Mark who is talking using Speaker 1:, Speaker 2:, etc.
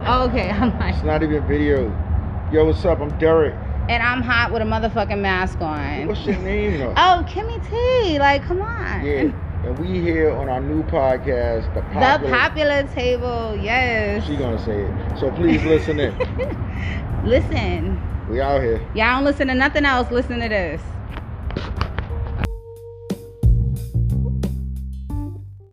Speaker 1: Okay, I'm like,
Speaker 2: It's not even video. Yo, what's up? I'm Derek.
Speaker 1: and I'm hot with a motherfucking mask on.
Speaker 2: What's your name though?
Speaker 1: Oh, Kimmy T. Like, come on.
Speaker 2: Yeah. And we here on our new podcast, The
Speaker 1: The
Speaker 2: Popular.
Speaker 1: popular table, yes.
Speaker 2: She gonna say it. So please listen in.
Speaker 1: Listen,
Speaker 2: we out here.
Speaker 1: y'all don't listen to nothing else. Listen to this.